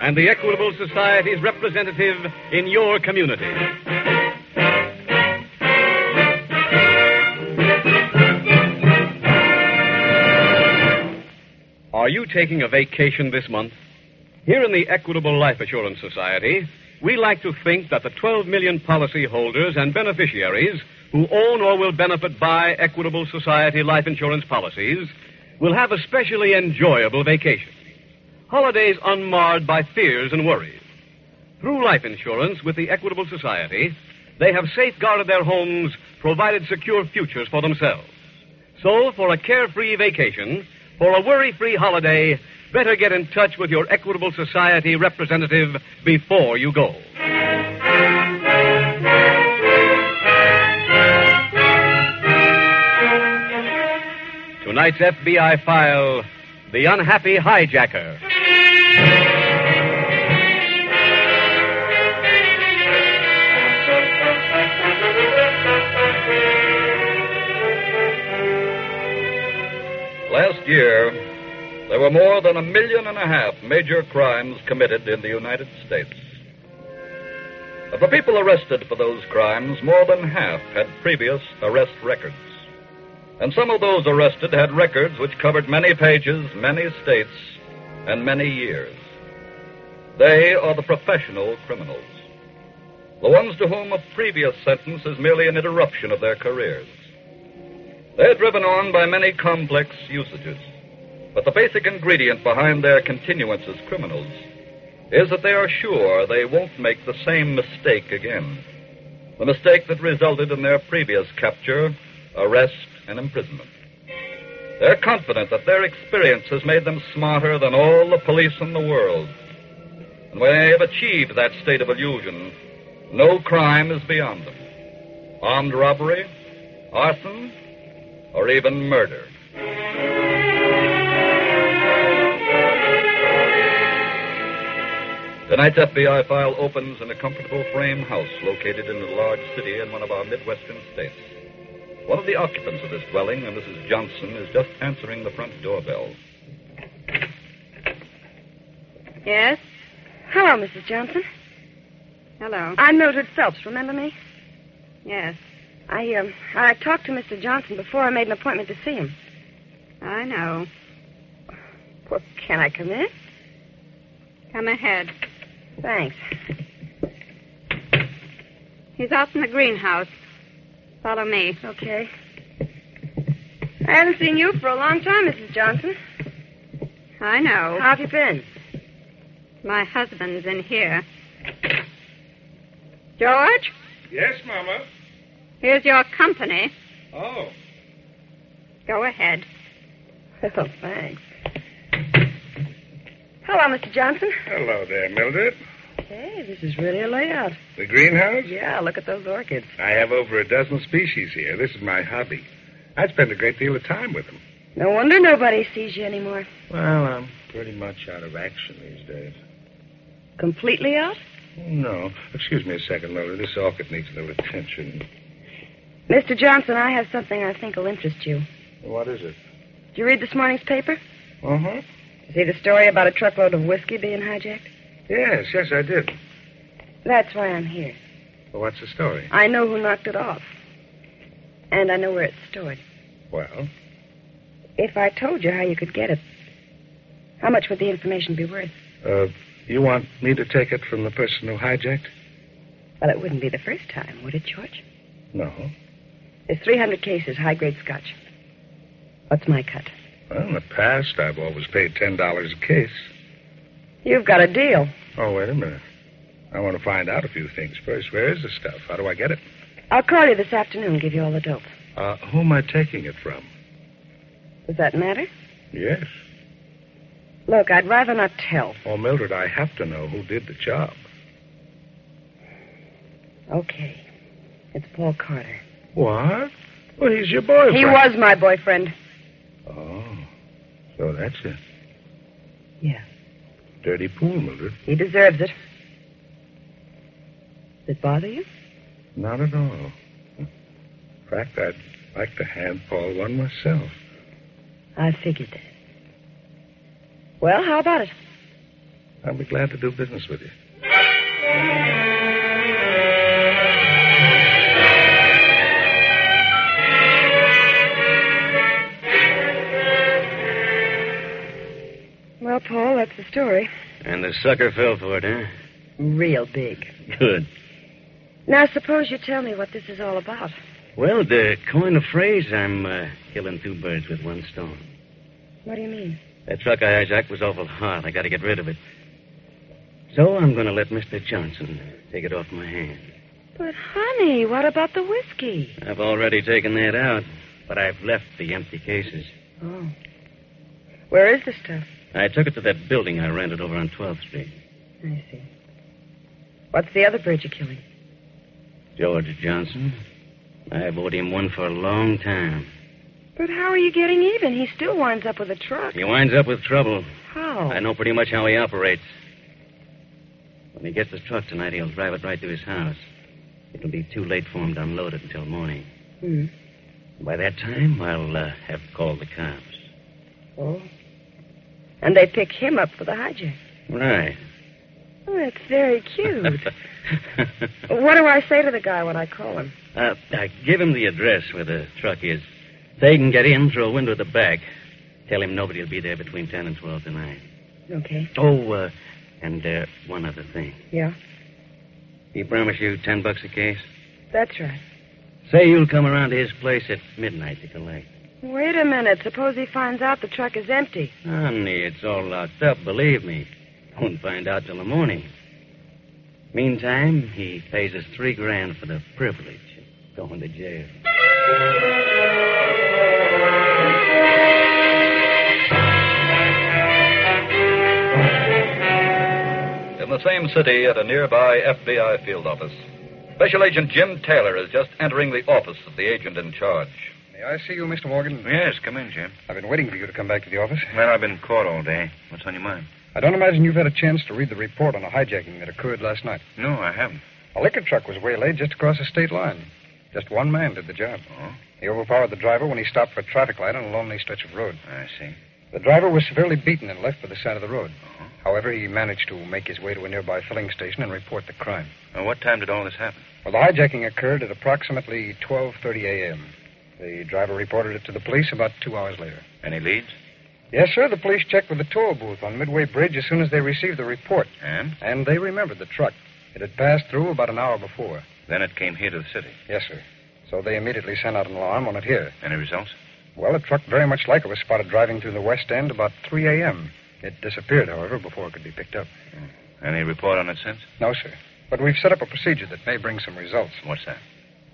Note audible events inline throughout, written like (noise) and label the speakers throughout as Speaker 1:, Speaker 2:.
Speaker 1: and the Equitable Society's representative in your community. Are you taking a vacation this month? Here in the Equitable Life Assurance Society, we like to think that the 12 million policyholders and beneficiaries who own or will benefit by Equitable Society life insurance policies will have a specially enjoyable vacation. Holidays unmarred by fears and worries. Through life insurance with the Equitable Society, they have safeguarded their homes, provided secure futures for themselves. So, for a carefree vacation, for a worry free holiday, better get in touch with your Equitable Society representative before you go. Tonight's FBI file The Unhappy Hijacker.
Speaker 2: Last year, there were more than a million and a half major crimes committed in the United States. Of the people arrested for those crimes, more than half had previous arrest records. And some of those arrested had records which covered many pages, many states, and many years. They are the professional criminals, the ones to whom a previous sentence is merely an interruption of their careers. They're driven on by many complex usages. But the basic ingredient behind their continuance as criminals is that they are sure they won't make the same mistake again. The mistake that resulted in their previous capture, arrest, and imprisonment. They're confident that their experience has made them smarter than all the police in the world. And when they have achieved that state of illusion, no crime is beyond them. Armed robbery, arson, or even murder. Tonight's FBI file opens in a comfortable frame house located in a large city in one of our Midwestern states. One of the occupants of this dwelling, a Mrs. Johnson, is just answering the front doorbell.
Speaker 3: Yes? Hello, Mrs. Johnson. Hello. I'm Mildred Phelps. Remember me? Yes. I um, I talked to Mr. Johnson before I made an appointment to see him. I know. Well, can I come in?
Speaker 4: Come ahead.
Speaker 3: Thanks.
Speaker 4: He's out in the greenhouse. Follow me.
Speaker 3: Okay. I haven't seen you for a long time, Mrs. Johnson.
Speaker 4: I know.
Speaker 3: How have you been?
Speaker 4: My husband's in here. George,
Speaker 5: Yes, Mama.
Speaker 4: here's your company.
Speaker 5: Oh,
Speaker 4: Go ahead.
Speaker 3: Oh, thanks. Hello, Mr. Johnson.
Speaker 5: hello there, Mildred.
Speaker 3: Hey, this is really a layout.
Speaker 5: The greenhouse?
Speaker 3: Yeah, look at those orchids.
Speaker 5: I have over a dozen species here. This is my hobby. I spend a great deal of time with them.
Speaker 3: No wonder nobody sees you anymore.
Speaker 5: Well, I'm pretty much out of action these days.
Speaker 3: Completely out?
Speaker 5: No. Excuse me a second, Mildred. This orchid needs a little attention.
Speaker 3: Mr. Johnson, I have something I think will interest you.
Speaker 5: What is it?
Speaker 3: Did you read this morning's paper?
Speaker 5: Uh huh.
Speaker 3: See the story about a truckload of whiskey being hijacked?
Speaker 5: Yes, yes, I did.
Speaker 3: That's why I'm here.
Speaker 5: Well, what's the story?
Speaker 3: I know who knocked it off. And I know where it's stored.
Speaker 5: Well,
Speaker 3: If I told you how you could get it, how much would the information be worth?
Speaker 5: uh, you want me to take it from the person who hijacked?
Speaker 3: Well, it wouldn't be the first time, would it, George?
Speaker 5: No.
Speaker 3: There's 300 cases, high grade scotch. What's my cut?
Speaker 5: Well, in the past, I've always paid ten dollars a case.
Speaker 3: You've got a deal.
Speaker 5: Oh, wait a minute. I want to find out a few things first. Where is the stuff? How do I get it?
Speaker 3: I'll call you this afternoon and give you all the dope.
Speaker 5: Uh, who am I taking it from?
Speaker 3: Does that matter?
Speaker 5: Yes.
Speaker 3: Look, I'd rather not tell.
Speaker 5: Oh, Mildred, I have to know who did the job.
Speaker 3: Okay. It's Paul Carter.
Speaker 5: What? Well, he's your
Speaker 2: Oh,
Speaker 5: boyfriend.
Speaker 3: He was my boyfriend.
Speaker 5: Oh, so that's it.
Speaker 3: Yeah.
Speaker 5: Dirty pool, Mildred.
Speaker 3: He deserves it. Does it bother you?
Speaker 5: Not at all. In fact, I'd like to hand Paul one myself.
Speaker 3: I figured that. Well, how about it?
Speaker 5: I'll be glad to do business with you.
Speaker 3: Well, Paul, that's the story.
Speaker 6: And the sucker fell for it, huh?
Speaker 3: Real big.
Speaker 6: Good.
Speaker 3: Now, suppose you tell me what this is all about.
Speaker 6: Well, to coin a phrase, I'm uh, killing two birds with one stone.
Speaker 3: What do you mean?
Speaker 6: That truck I hijacked was awful hot. I got to get rid of it. So I'm going to let Mr. Johnson take it off my hands.
Speaker 3: But, honey, what about the whiskey?
Speaker 6: I've already taken that out, but I've left the empty cases.
Speaker 3: Oh. Where is the stuff?
Speaker 6: I took it to that building I rented over on 12th Street.
Speaker 3: I see. What's the other bird you're killing?
Speaker 6: George Johnson. I've owed him one for a long time.
Speaker 3: But how are you getting even? He still winds up with a truck.
Speaker 6: He winds up with trouble.
Speaker 3: How?
Speaker 6: I know pretty much how he operates. When he gets his truck tonight, he'll drive it right to his house. It'll be too late for him to unload it until morning.
Speaker 3: Hmm.
Speaker 6: By that time, I'll uh, have called the cops.
Speaker 3: Oh. And they pick him up for the hijack.
Speaker 6: Right.
Speaker 3: Oh, that's very
Speaker 6: (laughs)
Speaker 3: cute. what do I say to the guy when I call him?
Speaker 6: uh, I give him the address where the truck is. They can get in through a window at the back. Tell him nobody will be there between 10 and 12 tonight.
Speaker 3: Okay.
Speaker 6: Oh, uh, and uh, one other thing.
Speaker 3: Yeah.
Speaker 6: He promised you 10 bucks a case?
Speaker 3: That's right.
Speaker 6: Say you'll come around to his place at midnight to collect.
Speaker 3: Wait a minute. Suppose he finds out the truck is empty.
Speaker 6: Honey, it's all locked up, believe me. Won't find out till the morning. Meantime, he pays us three grand for the privilege of going to jail.
Speaker 2: In the same city at a nearby FBI field office, Special Agent Jim Taylor is just entering the office of the agent in charge.
Speaker 1: May I see you, Mr. Morgan?
Speaker 7: Yes, come in, Jim.
Speaker 1: I've been waiting for you to come back to the office.
Speaker 7: Man, I've been caught all day. What's on your mind?
Speaker 1: I don't imagine you've had a chance to read the report on a hijacking that occurred last night.
Speaker 7: No, I haven't.
Speaker 1: A liquor truck was waylaid just across the state line. Just one man did the job.
Speaker 7: Oh.
Speaker 1: He overpowered the driver when he stopped for a traffic light on a lonely stretch of road.
Speaker 7: I see. Uh-huh.
Speaker 1: The driver was severely beaten and left by the side of the road. However, he managed to make his way to a nearby filling station and report the crime.
Speaker 7: Well, what time did all this happen?
Speaker 1: Well, the hijacking occurred at approximately 12:30 a.m. The driver reported it to the police about two hours later.
Speaker 7: Any leads?
Speaker 1: Yes, sir. The police checked with the toll booth on Midway Bridge as soon as they received the report,
Speaker 7: And
Speaker 1: and they remembered the truck. It had passed through about an hour before.
Speaker 7: then it came here to the city.
Speaker 1: Yes, sir. So they immediately sent out an alarm on it here.
Speaker 7: Any results?
Speaker 1: Well, a truck very much like it was spotted driving through the West End about 3 a.m. It disappeared, however, before it could be picked up.
Speaker 7: Any report on it since?
Speaker 1: No, sir. But we've set up a procedure that may bring some results.
Speaker 7: What's that?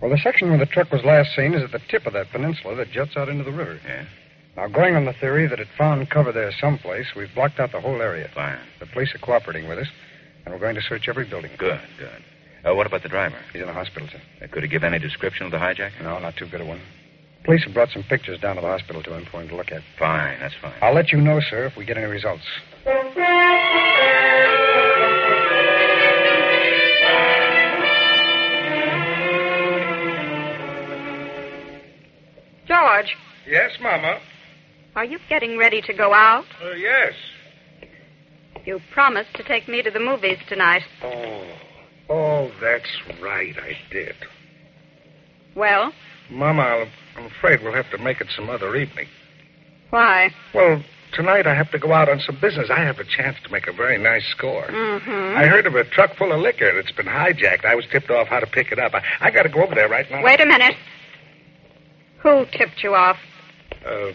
Speaker 1: Well, the section where the truck was last seen is at the tip of that peninsula that juts out into the river.
Speaker 7: Yeah.
Speaker 1: Now, going on the theory that it found cover there someplace, we've blocked out the whole area.
Speaker 7: Fine.
Speaker 1: The police are cooperating with us, and we're going to search every building.
Speaker 7: Good, good. Uh, what about the driver?
Speaker 1: He's in the hospital, sir.
Speaker 7: Uh, could he give any description of the hijacker?
Speaker 1: No, not too good a one. Police have brought some pictures down to the hospital to him for him to look at.
Speaker 7: Fine, that's fine.
Speaker 1: I'll let you know, sir, if we get any results.
Speaker 4: George,
Speaker 5: Yes, Mama.
Speaker 4: are you getting ready to go out?
Speaker 5: Uh, yes.
Speaker 4: You promised to take me to the movies tonight.
Speaker 5: Oh. Oh, that's right. I did.
Speaker 4: Well,
Speaker 5: Mama, I'll- I'm afraid we'll have to make it some other evening.
Speaker 4: why?
Speaker 5: Well, tonight I have to go out on some business. I have a chance to make a very nice score.
Speaker 4: Mm-hmm.
Speaker 5: I heard of a truck full of liquor that's been hijacked. I was tipped off how to pick it up. I, I got to go over there right now.
Speaker 4: Wait a minute. Who tipped you off?
Speaker 5: Uh,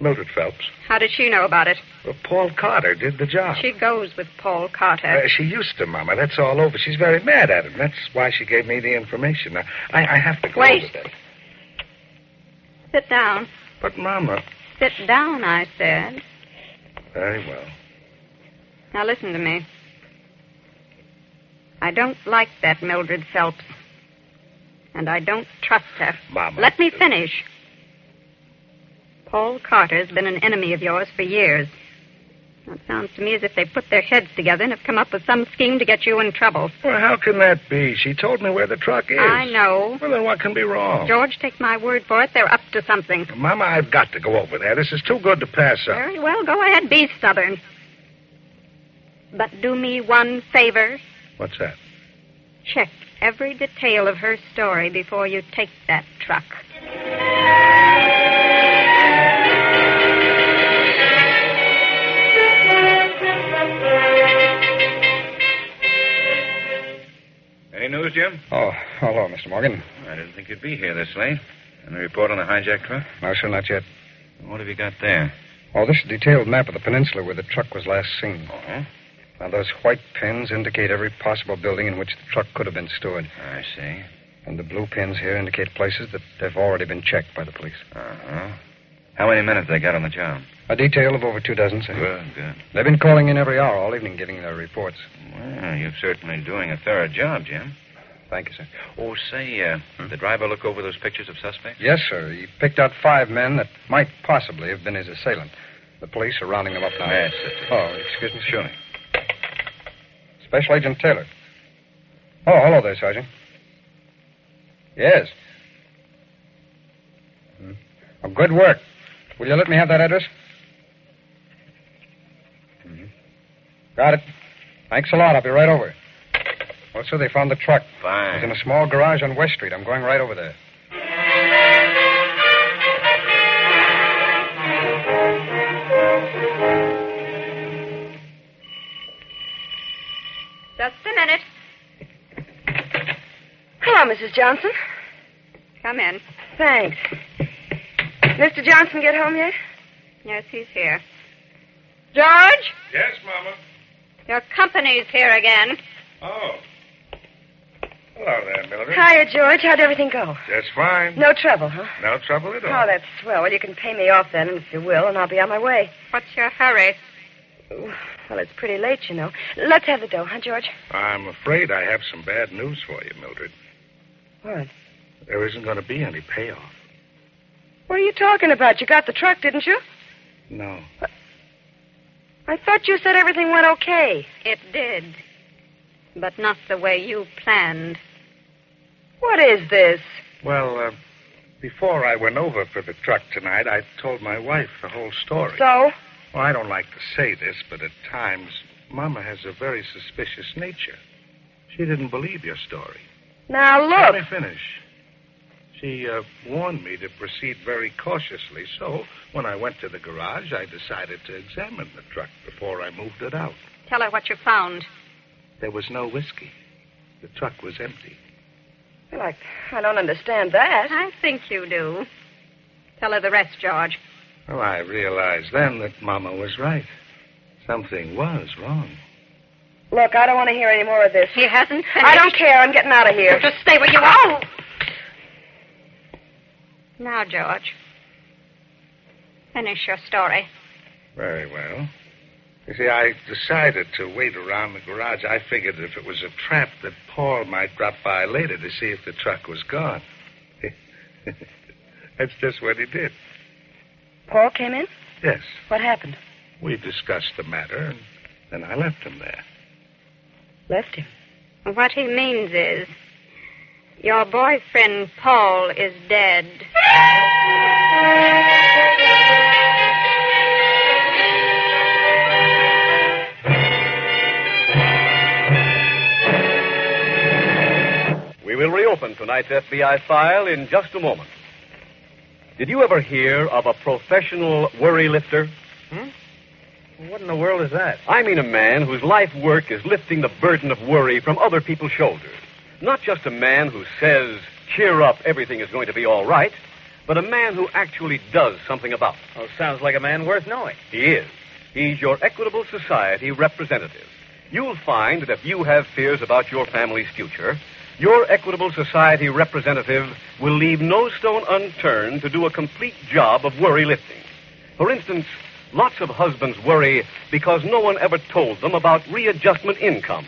Speaker 5: Mildred Phelps.
Speaker 4: How did she know about it?
Speaker 5: Well, Paul Carter did the job.
Speaker 4: She goes with Paul Carter.
Speaker 5: Uh, she used to, Mama. That's all over. She's very mad at him. That's why she gave me the information. Now, I, I have to go
Speaker 4: Wait.
Speaker 5: over there.
Speaker 4: Sit down.
Speaker 5: But, Mama.
Speaker 4: Sit down, I said.
Speaker 5: Very well.
Speaker 4: Now listen to me. I don't like that Mildred Phelps. and I don't trust her.
Speaker 5: Mama.
Speaker 4: Let me finish. Paul Carter's been an enemy of yours for years. It sounds to me as if they put their heads together and have come up with some scheme to get you in trouble.
Speaker 5: Well, how can that be? She told me where the truck is.
Speaker 4: I know.
Speaker 5: Well, then what can be
Speaker 1: Oh.
Speaker 5: wrong?
Speaker 4: George, take my word for it. They're up to something.
Speaker 5: Mama, I've got to go over there. This is too good to pass up.
Speaker 4: Very well, go ahead, be stubborn. But do me one favor.
Speaker 5: What's that?
Speaker 4: Check every detail of her story before you take that truck.
Speaker 7: Any news, Jim?
Speaker 1: Oh, hello, Mr. Morgan.
Speaker 7: I didn't think you'd be here this late. Any report on the hijack truck?
Speaker 1: No, sir, not yet.
Speaker 7: What have you got there?
Speaker 1: Oh, this detailed map of the peninsula where the truck was last seen.
Speaker 7: Oh,
Speaker 1: Now, those white pins indicate every possible building in which the truck could have been stored.
Speaker 7: I see.
Speaker 1: And the blue pins here indicate places that have already been checked by the police.
Speaker 7: Uh huh. How many minutes they got on the job?
Speaker 1: A detail of over two dozen, sir.
Speaker 7: Good, good.
Speaker 1: They've been calling in every hour all evening getting their reports.
Speaker 7: Well, you're certainly doing a thorough job, Jim.
Speaker 1: Thank you, sir.
Speaker 7: Oh, say, uh,
Speaker 5: Hmm?
Speaker 7: did the driver look over those pictures of suspects?
Speaker 1: Yes, sir. He picked out five men that might possibly have been his assailant. The police are rounding them up now.
Speaker 7: Yes, that's it.
Speaker 1: Oh, excuse me. Sure. Special Agent Taylor. Oh, hello there, Sergeant. Yes. Hmm. Oh, good work. Will you let me have that address? Mhm. Got it. Thanks a lot. I'll be right over. Also, they found the truck. It was in
Speaker 7: Fine.
Speaker 1: a small garage on West Street. I'm going right over there.
Speaker 4: Just a minute.
Speaker 3: Hello, Mrs. Johnson.
Speaker 4: Come in.
Speaker 3: Thanks. Mr. Johnson get home yet?
Speaker 4: Yes, he's here. George,
Speaker 5: Yes, Mama.
Speaker 4: your company's here again.
Speaker 5: Oh. Hello there, Mildred.
Speaker 3: Hiya, George. How'd everything go?
Speaker 5: Just fine.
Speaker 3: No trouble, huh?
Speaker 5: No trouble at
Speaker 3: Oh, that's swell. Well, you can pay me off then, if you will, and I'll be on my way.
Speaker 4: What's your hurry?
Speaker 3: Well, it's pretty late, you know. Let's have the dough, huh, George?
Speaker 5: I'm afraid I have some bad news for you, Mildred.
Speaker 3: What?
Speaker 5: There isn't going to be any payoff.
Speaker 3: What are you talking about? You got the truck, didn't you?
Speaker 5: No.
Speaker 3: I thought you said everything went okay.
Speaker 4: It did, but not the way you planned.
Speaker 3: What is this?
Speaker 5: Well, uh, before I went over for the truck tonight, I told my wife the whole story.
Speaker 3: So?
Speaker 5: Well, I don't like to say this, but at times, Mama has a very suspicious nature. She didn't believe your story.
Speaker 3: Now
Speaker 5: Let
Speaker 3: look.
Speaker 5: me finish. She uh, warned me to proceed very cautiously, so when I went to the garage, I decided to examine the truck before I moved it out.
Speaker 4: Tell her what you found.
Speaker 5: There was no whiskey. The truck was empty.
Speaker 3: Well, I, I don't understand that.
Speaker 4: I think you do. Tell her the rest, George.
Speaker 5: Well, I realized then that Mama was right. Something was wrong.
Speaker 3: Look, I don't want to hear any more of this.
Speaker 4: He hasn't finished.
Speaker 3: I don't care. I'm getting out of here. Oh!
Speaker 4: Just stay where you are. Now, George, finish your story.
Speaker 5: Very well. You see, I decided to wait around the garage. I figured if it was a trap, that Paul might drop by later to see if the truck was gone. (laughs) That's just what he did.
Speaker 3: Paul came in?
Speaker 5: Yes,
Speaker 3: What happened?
Speaker 5: we discussed the matter, and then I left him there.
Speaker 3: Left him.
Speaker 4: What he means is your boyfriend Paul is dead.
Speaker 8: We will reopen tonight's FBI file in just a moment. Did you ever hear of a professional worry lifter?
Speaker 6: Hmm? What in the world is that?
Speaker 8: I mean a man whose life work is lifting the burden of worry from other people's shoulders. Not just a man who says, cheer up, everything is going to be all right, but a man who actually does something about it.
Speaker 6: Oh, sounds like a man worth knowing.
Speaker 8: He is. He's your Equitable Society representative. You'll find that if you have fears about your family's future, your Equitable Society representative will leave no stone unturned to do a complete job of worry lifting. For instance, lots of husbands worry because no one ever told them about readjustment income.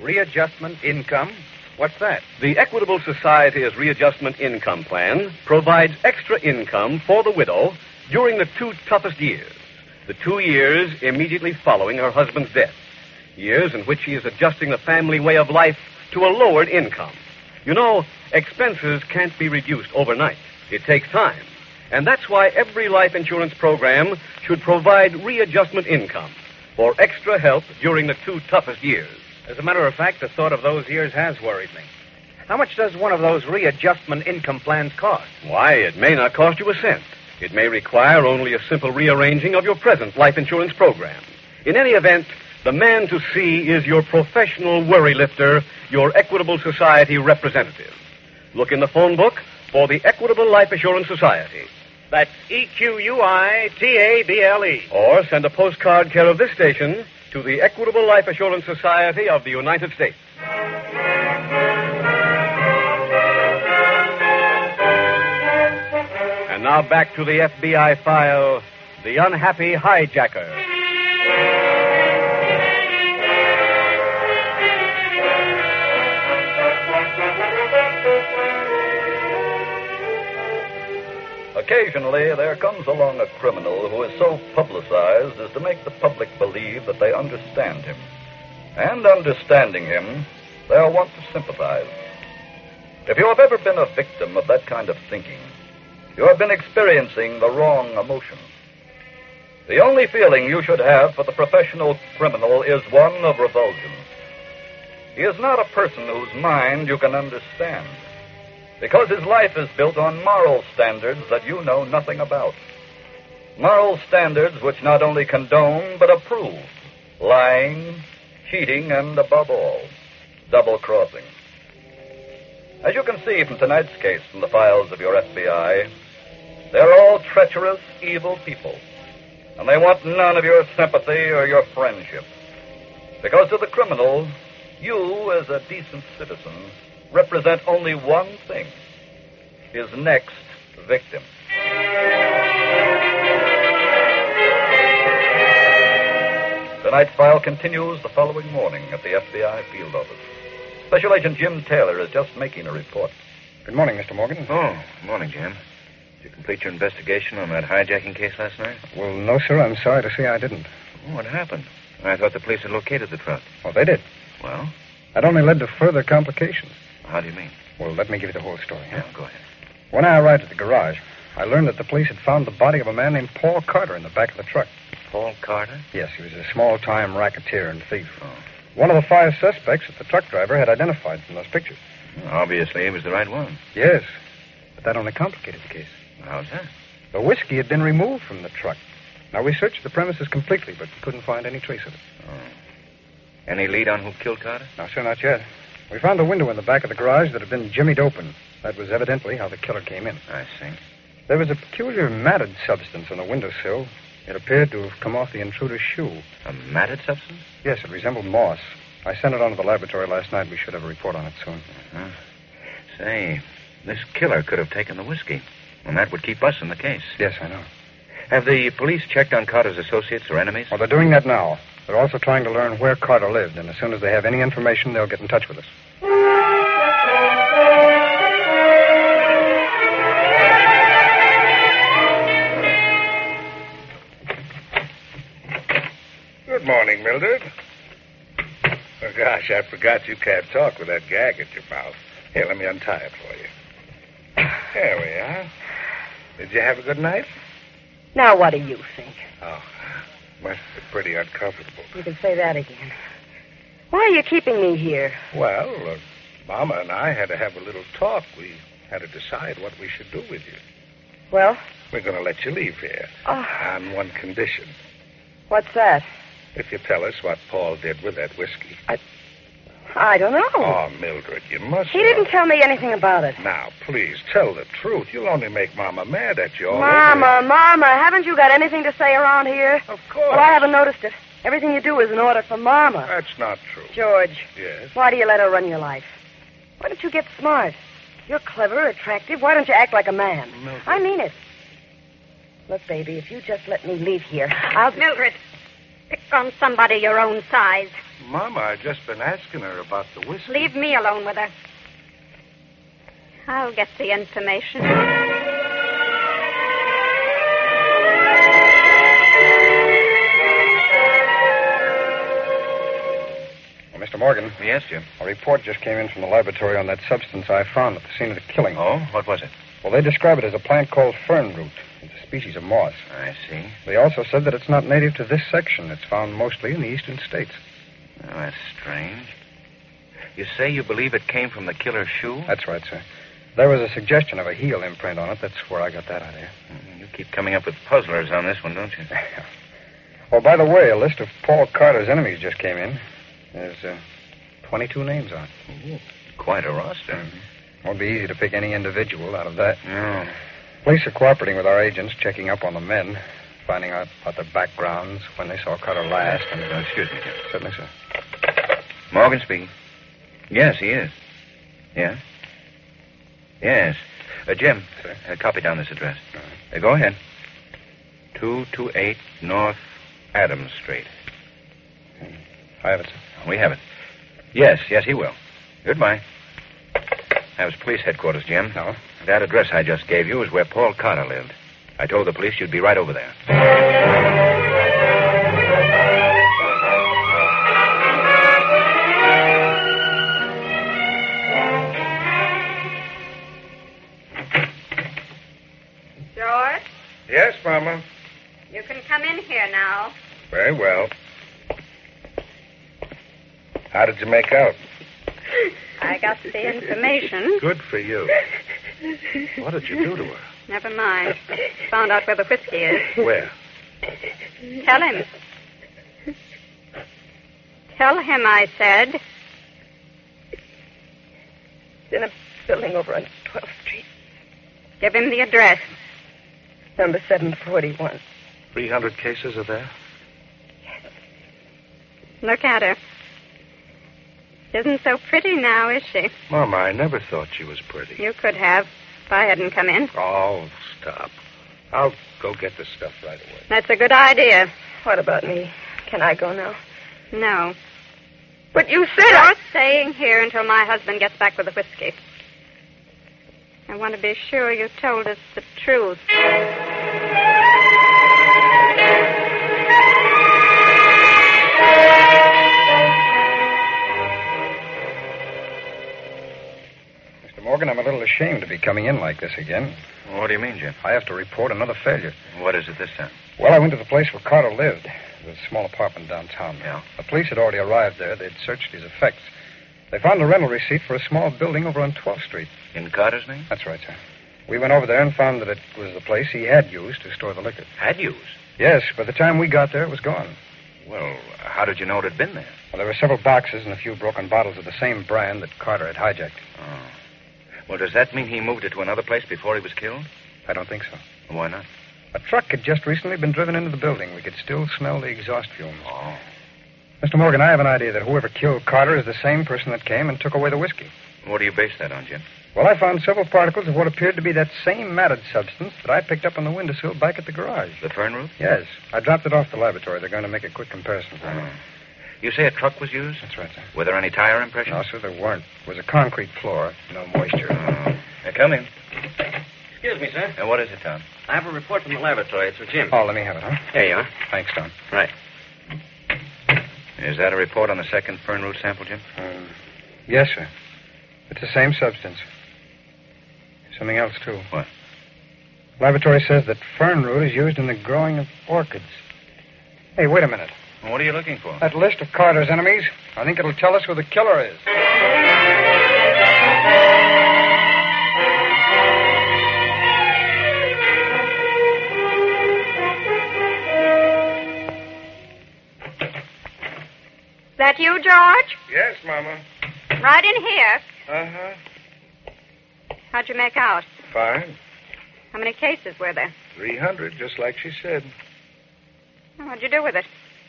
Speaker 6: Readjustment income?
Speaker 8: What's that? The Equitable Society as Readjustment Income Plan provides extra income for the widow during the two toughest years. The two years immediately following her husband's death. Years in which she is adjusting the family way of life to a lowered income. You know, expenses can't be reduced overnight. It takes time. And that's why every life insurance program should provide readjustment income for extra help during the two toughest years.
Speaker 9: As a matter of fact, the thought of those years has worried me. How much does one of those readjustment income plans cost?
Speaker 8: Why, it may not cost you a cent. It may require only a simple rearranging of your present life insurance program. In any event, the man to see is your professional worry lifter, your Equitable Society representative. Look in the phone book for the Equitable Life Assurance Society.
Speaker 9: That's E Q U I T A B L E.
Speaker 8: Or send a postcard care of this station to the Equitable Life Assurance Society of the United States. And now back to the FBI file The Unhappy Hijacker.
Speaker 2: Occasionally, there comes along a criminal who is so publicized as to make the public believe that they understand him. And understanding him, they'll want to sympathize. If you have ever been a victim of that kind of thinking, you have been experiencing the wrong emotion. The only feeling you should have for the professional criminal is one of revulsion. He is not a person whose mind you can understand because his life is built on moral standards that you know nothing about. Moral standards which not only condone but approve lying, cheating, and above all, double crossing. As you can see from tonight's case from the files of your FBI, they're all treacherous, evil people, and they want none of your sympathy or your friendship. Because to the criminal, you, as a decent citizen, represent only one thing his next victim. Tonight's file continues the following morning at the FBI field office. Special Agent Jim Taylor is just making a report.
Speaker 1: Good morning, Mr. Morgan.
Speaker 7: Oh, morning, Jim. Did you complete your investigation on that hijacking case last night?
Speaker 1: Well, no, sir. I'm sorry to say I didn't.
Speaker 7: Oh, what happened? I thought the police had located the truck.
Speaker 1: Well, they did.
Speaker 7: Well,
Speaker 1: That only led to further complications.
Speaker 7: how do you mean?
Speaker 1: Well, let me give you the whole story. huh?
Speaker 7: Yeah, go ahead.
Speaker 1: When I arrived at the garage, I learned that the police had found the body of a man named Paul Carter in the back of the truck.
Speaker 7: Paul Carter?
Speaker 1: Yes, he was a small time racketeer and thief.
Speaker 7: Oh,
Speaker 1: One of the five suspects that the truck driver had identified from those pictures.
Speaker 7: Obviously, he was the right one.
Speaker 1: Yes, but that only complicated the case.
Speaker 7: How's that?
Speaker 1: The whiskey had been removed from the truck. Now, we searched the premises completely, but couldn't find any trace of it.
Speaker 7: Oh. Any lead on who killed Carter?
Speaker 1: Now, sir, not yet. We found a window in the back of the garage that had been jimmied open. That was evidently how the killer came in.
Speaker 7: I see.
Speaker 1: There was a peculiar matted substance on the windowsill. It appeared to have come off the intruder's shoe.
Speaker 7: A matted substance?
Speaker 1: Yes, it resembled moss. I sent it on to the laboratory last night. We should have a report on it soon.
Speaker 7: Uh-huh. Say, this killer could have taken the whiskey, and that would keep us in the case.
Speaker 1: Yes, I know.
Speaker 7: Have the police checked on Carter's associates or enemies?
Speaker 1: Well, they're doing that now. They're also trying to learn where Carter lived, and as soon as they have any information, they'll get in touch with us.
Speaker 5: Good morning, Mildred. Oh, gosh, I forgot you can't talk with that gag at your mouth. Here, let me untie it for you. There we are. Did you have a good night?
Speaker 10: Now, what do you think?
Speaker 5: Oh, must be pretty uncomfortable.
Speaker 10: You can say that again. Why are you keeping me here?
Speaker 5: Well, uh, Mama and I had to have a little talk. We had to decide what we should do with you.
Speaker 10: Well,
Speaker 5: We're going to let you leave here
Speaker 10: oh,
Speaker 5: on one condition.
Speaker 10: what's that?
Speaker 5: If you tell us what Paul did with that whiskey.
Speaker 10: I don't know.
Speaker 5: Oh, Mildred, you must.
Speaker 10: he didn't tell me anything about it.
Speaker 5: Now, please tell the truth. You'll only make Mama mad at
Speaker 1: Oh,
Speaker 5: you. all over
Speaker 10: Mama, Mama, haven't you got anything to say around here?
Speaker 5: again. Of course.
Speaker 10: Well, I haven't noticed it. Everything you do is an order for
Speaker 3: Uh,
Speaker 10: Mama.
Speaker 5: That's not true.
Speaker 10: George,
Speaker 5: Yes.
Speaker 10: why do you let her run your life? Why don't you get smart? You're clever, attractive. Why don't you act like a man?
Speaker 5: Mildred.
Speaker 10: I mean it. Look, baby, if you just let me leave here, I'll.
Speaker 4: Mildred, pick from somebody your own size.
Speaker 11: Mama, I've just been asking her about the whiskey.
Speaker 4: Leave me alone with her. I'll get the information.
Speaker 1: Well, Mr. Morgan.
Speaker 2: Yes, Jim.
Speaker 1: A report just came in from the laboratory on that substance I found at the scene of the killing.
Speaker 2: Oh, what was it?
Speaker 1: Well, they describe it as a plant called fern root. It's a species of moss.
Speaker 2: I see.
Speaker 1: They also said that it's not native to this section. It's found mostly in the eastern states.
Speaker 2: Oh, that's strange. You say you believe it came from the killer's shoe?
Speaker 1: That's right, sir. There was a suggestion of a heel imprint on it. That's where I got that idea. (laughs)
Speaker 2: You keep coming up with puzzlers on this one, don't you?
Speaker 1: Oh, by the way, a list of Paul Carter's enemies just came in. There's uh, 22 names on it.
Speaker 2: Quite a roster.
Speaker 1: Won't be easy to pick any individual out of that.
Speaker 2: No.
Speaker 1: Police are cooperating with our agents, checking up on the men, finding out about their backgrounds, when they saw Carter last, and... uh,
Speaker 2: Oh, excuse me, Jim.
Speaker 1: Certainly, sir.
Speaker 2: Morgan speaking. Yes, he is. Yeah? Yes. Uh, Jim, uh, copy down this address. Uh, go ahead. 228 North Adams Street.
Speaker 1: I have it, sir.
Speaker 2: We have it. Yes, yes, he will. Goodbye. That was police headquarters, Jim.
Speaker 1: No.
Speaker 2: That address I just gave you is where Paul Carter lived. I told the police you'd be right over there.
Speaker 4: George,
Speaker 11: Yes, Mama.
Speaker 4: you can come in here now.
Speaker 11: Very well. How did you make out?
Speaker 4: I got the information.
Speaker 11: Good for you. What did you do to her?
Speaker 4: Never mind. Found out where the whiskey is.
Speaker 11: Where?
Speaker 4: Tell him. Tell him I said.
Speaker 3: It's in a building over on 12th Street,
Speaker 4: Give him the address.
Speaker 3: number 741.
Speaker 11: 300 cases are there?
Speaker 4: Look at her. She isn't so pretty now, is she?
Speaker 11: Mama, I never thought she was pretty.
Speaker 4: You could have if I hadn't come in.
Speaker 11: Oh, stop. I'll go get the stuff right away.
Speaker 4: That's a good idea.
Speaker 3: What about me? Can I go now?
Speaker 4: No.
Speaker 3: But you said
Speaker 4: You're
Speaker 3: I...
Speaker 4: staying here until my husband gets back with the whiskey. I want to be sure you told us the truth.
Speaker 1: Mr. Morgan, I'm a little ashamed to be coming in like this again.
Speaker 2: What do you mean, Jim?
Speaker 1: I have to report another failure.
Speaker 2: What is it this time?
Speaker 1: Well, I went to the place where Carter lived. It was a small apartment downtown.
Speaker 2: Yeah.
Speaker 1: The police had already arrived there. They'd searched his effects. They found a rental receipt for a small building over on 12th Street.
Speaker 2: In Carter's name?
Speaker 1: That's right, sir. We went over there and found that it was the place he had used to store the liquor.
Speaker 2: Had used.
Speaker 1: Yes, by the time we got there, it was gone.
Speaker 2: Well, how did you know it had been there?
Speaker 1: Well, there were several boxes and a few broken bottles of the same brand that Carter had hijacked.
Speaker 2: Oh. Well, does that mean he moved it to another place before he was killed?
Speaker 1: I don't think so.
Speaker 2: Why not?
Speaker 1: A truck had just recently been driven into the building. We could still smell the exhaust fumes.
Speaker 2: Oh.
Speaker 1: Mr. Morgan, I have an idea that whoever killed Carter is the same person that came and took away the whiskey.
Speaker 2: What do you base that on, Jim?
Speaker 1: Well, I found several particles of what appeared to be that same matted substance that I picked up on the windowsill back at the garage.
Speaker 2: The fern root?
Speaker 1: Yes, I dropped it off the laboratory. They're going to make a quick comparison for me.
Speaker 2: Oh. You say a truck was used?
Speaker 1: That's right, sir.
Speaker 2: Were there any tire impressions?
Speaker 1: No, sir, there weren't. It was a concrete floor, no moisture.
Speaker 2: Oh. Now, come in.
Speaker 12: Excuse me, sir.
Speaker 2: Now, what is it, Tom?
Speaker 12: I have a report from the laboratory. It's for Jim.
Speaker 1: Oh, let me have it, huh?
Speaker 12: There you are.
Speaker 1: Thanks, Don.
Speaker 12: Right.
Speaker 2: Is that a report on the second fern root sample, Jim?
Speaker 1: Um, yes, sir. It's the same substance. Something else, too.
Speaker 2: What?
Speaker 1: Laboratory says that fern root is used in the growing of orchids. Hey, wait a minute.
Speaker 2: What are you looking for?
Speaker 1: That list of Carter's enemies, I think it'll tell us who the killer is.
Speaker 4: That you, George?
Speaker 11: Yes, Mama.
Speaker 4: Right in here.
Speaker 11: Uh huh.
Speaker 4: How'd you make out?
Speaker 11: Fine.
Speaker 4: How many cases were there?
Speaker 11: 300, just like she said.
Speaker 4: What'd you do with it?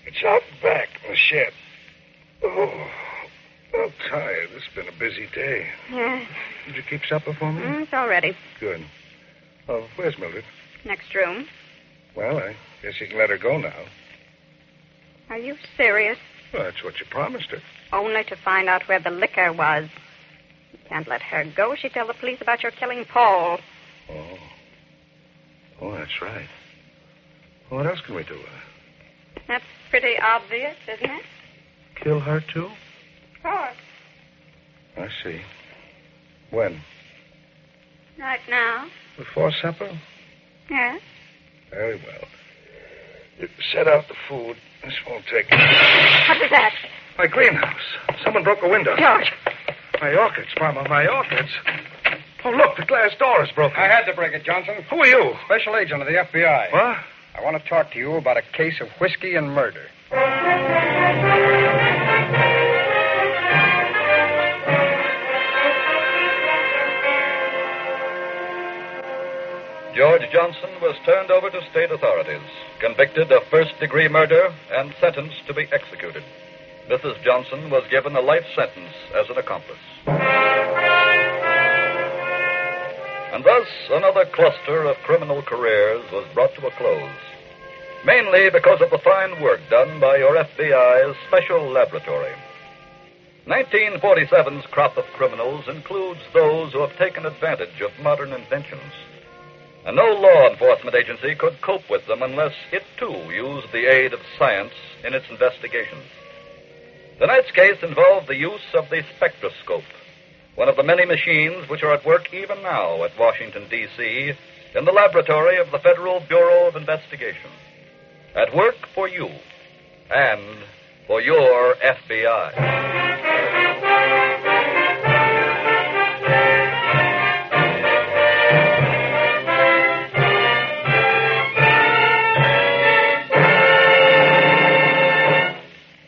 Speaker 11: It's out back in the shed. Oh, I'm tired. It's been a busy day.
Speaker 4: Yeah,
Speaker 11: Did you keep supper for me?
Speaker 4: mm, it's all ready.
Speaker 11: Hmm? Good. Oh, where's Mildred?
Speaker 4: Next room.
Speaker 11: Well, I guess you can let her go now.
Speaker 4: Are you serious?
Speaker 5: Well, that's what you promised her.
Speaker 4: Only to find out where the liquor was. You can't let her go. She'd tell the police about your killing Paul.
Speaker 5: Oh. Oh, that's right. Well, what else can we do? Uh,
Speaker 4: That's pretty obvious, isn't it?
Speaker 5: kill her, too?
Speaker 4: Of course.
Speaker 5: I see. When?
Speaker 4: Right now.
Speaker 5: Before supper?
Speaker 4: Yes.
Speaker 5: Very well. You set out the food. This won't take.
Speaker 4: What was that?
Speaker 5: My greenhouse. Someone broke a window.
Speaker 4: George.
Speaker 5: My orchids, Mama, my orchids. Oh, look, the glass door is broken.
Speaker 1: I had to break it, Johnson.
Speaker 5: Who are you?
Speaker 1: Special agent of the FBI.
Speaker 5: What?
Speaker 1: I want to talk to you about a case of whiskey and murder.
Speaker 2: George Johnson was turned over to state authorities, convicted of first degree murder, and sentenced to be executed. Mrs. Johnson was given a life sentence as an accomplice. And thus, another cluster of criminal careers was brought to a close, mainly because of the fine work done by your FBI's special laboratory. 1947's crop of criminals includes those who have taken advantage of modern inventions. And no law enforcement agency could cope with them unless it, too, used the aid of science in its investigations. Tonight's case involved the use of the spectroscope, one of the many machines which are at work even now at Washington, D.C., in the laboratory of the Federal Bureau of Investigation. At work for you and for your FBI.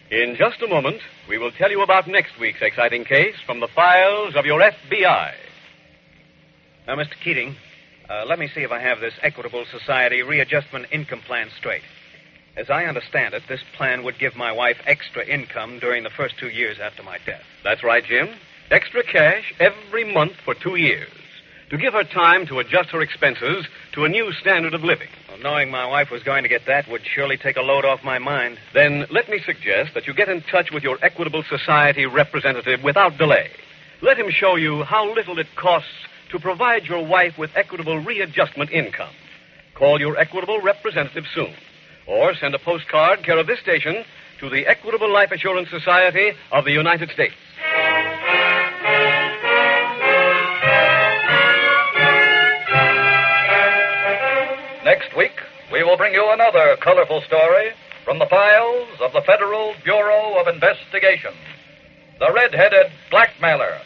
Speaker 8: In just a moment, we will tell you about next week's exciting case from the files of your FBI.
Speaker 9: Now, Mr. Keating, uh, let me see if I have this Equitable Society readjustment income plan straight. As I understand it, this plan would give my wife extra income during the first two years after my death.
Speaker 8: That's right, Jim. Extra cash every month for two years to give her time to adjust her expenses to a new standard of living.
Speaker 9: Well, knowing my wife was going to get that would surely take a load off my mind.
Speaker 8: Then let me suggest that you get in touch with your Equitable Society representative without delay. Let him show you how little it costs to provide your wife with equitable readjustment income. Call your Equitable representative soon, or send a postcard care of this station to the Equitable Life Assurance Society of the United States.
Speaker 2: Next week, we will bring you another colorful story from the files of the Federal Bureau of Investigation The Red Headed Blackmailer.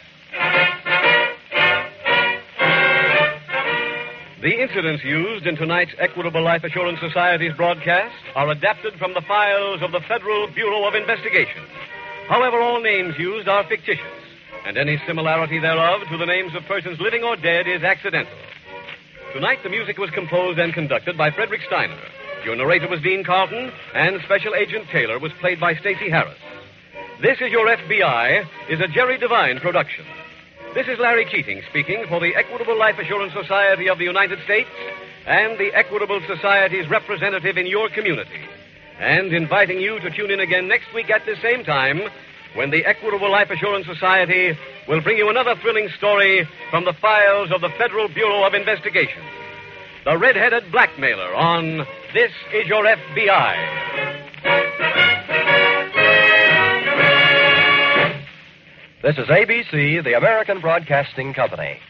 Speaker 8: The incidents used in tonight's Equitable Life Assurance Society's broadcast are adapted from the files of the Federal Bureau of Investigation. However, all names used are fictitious, and any similarity thereof to the names of persons living or dead is accidental. Tonight, the music was composed and conducted by Frederick Steiner. Your narrator was Dean Carlton, and Special Agent Taylor was played by Stacey Harris. This is Your FBI is a Jerry Devine production. This is Larry Keating speaking for the Equitable Life Assurance Society of the United States and the Equitable Society's representative in your community, and inviting you to tune in again next week at the same time when the Equitable Life Assurance Society will bring you another thrilling story from the files of the Federal Bureau of Investigation The Red Headed Blackmailer on This Is Your FBI.
Speaker 13: This is ABC, the American Broadcasting Company.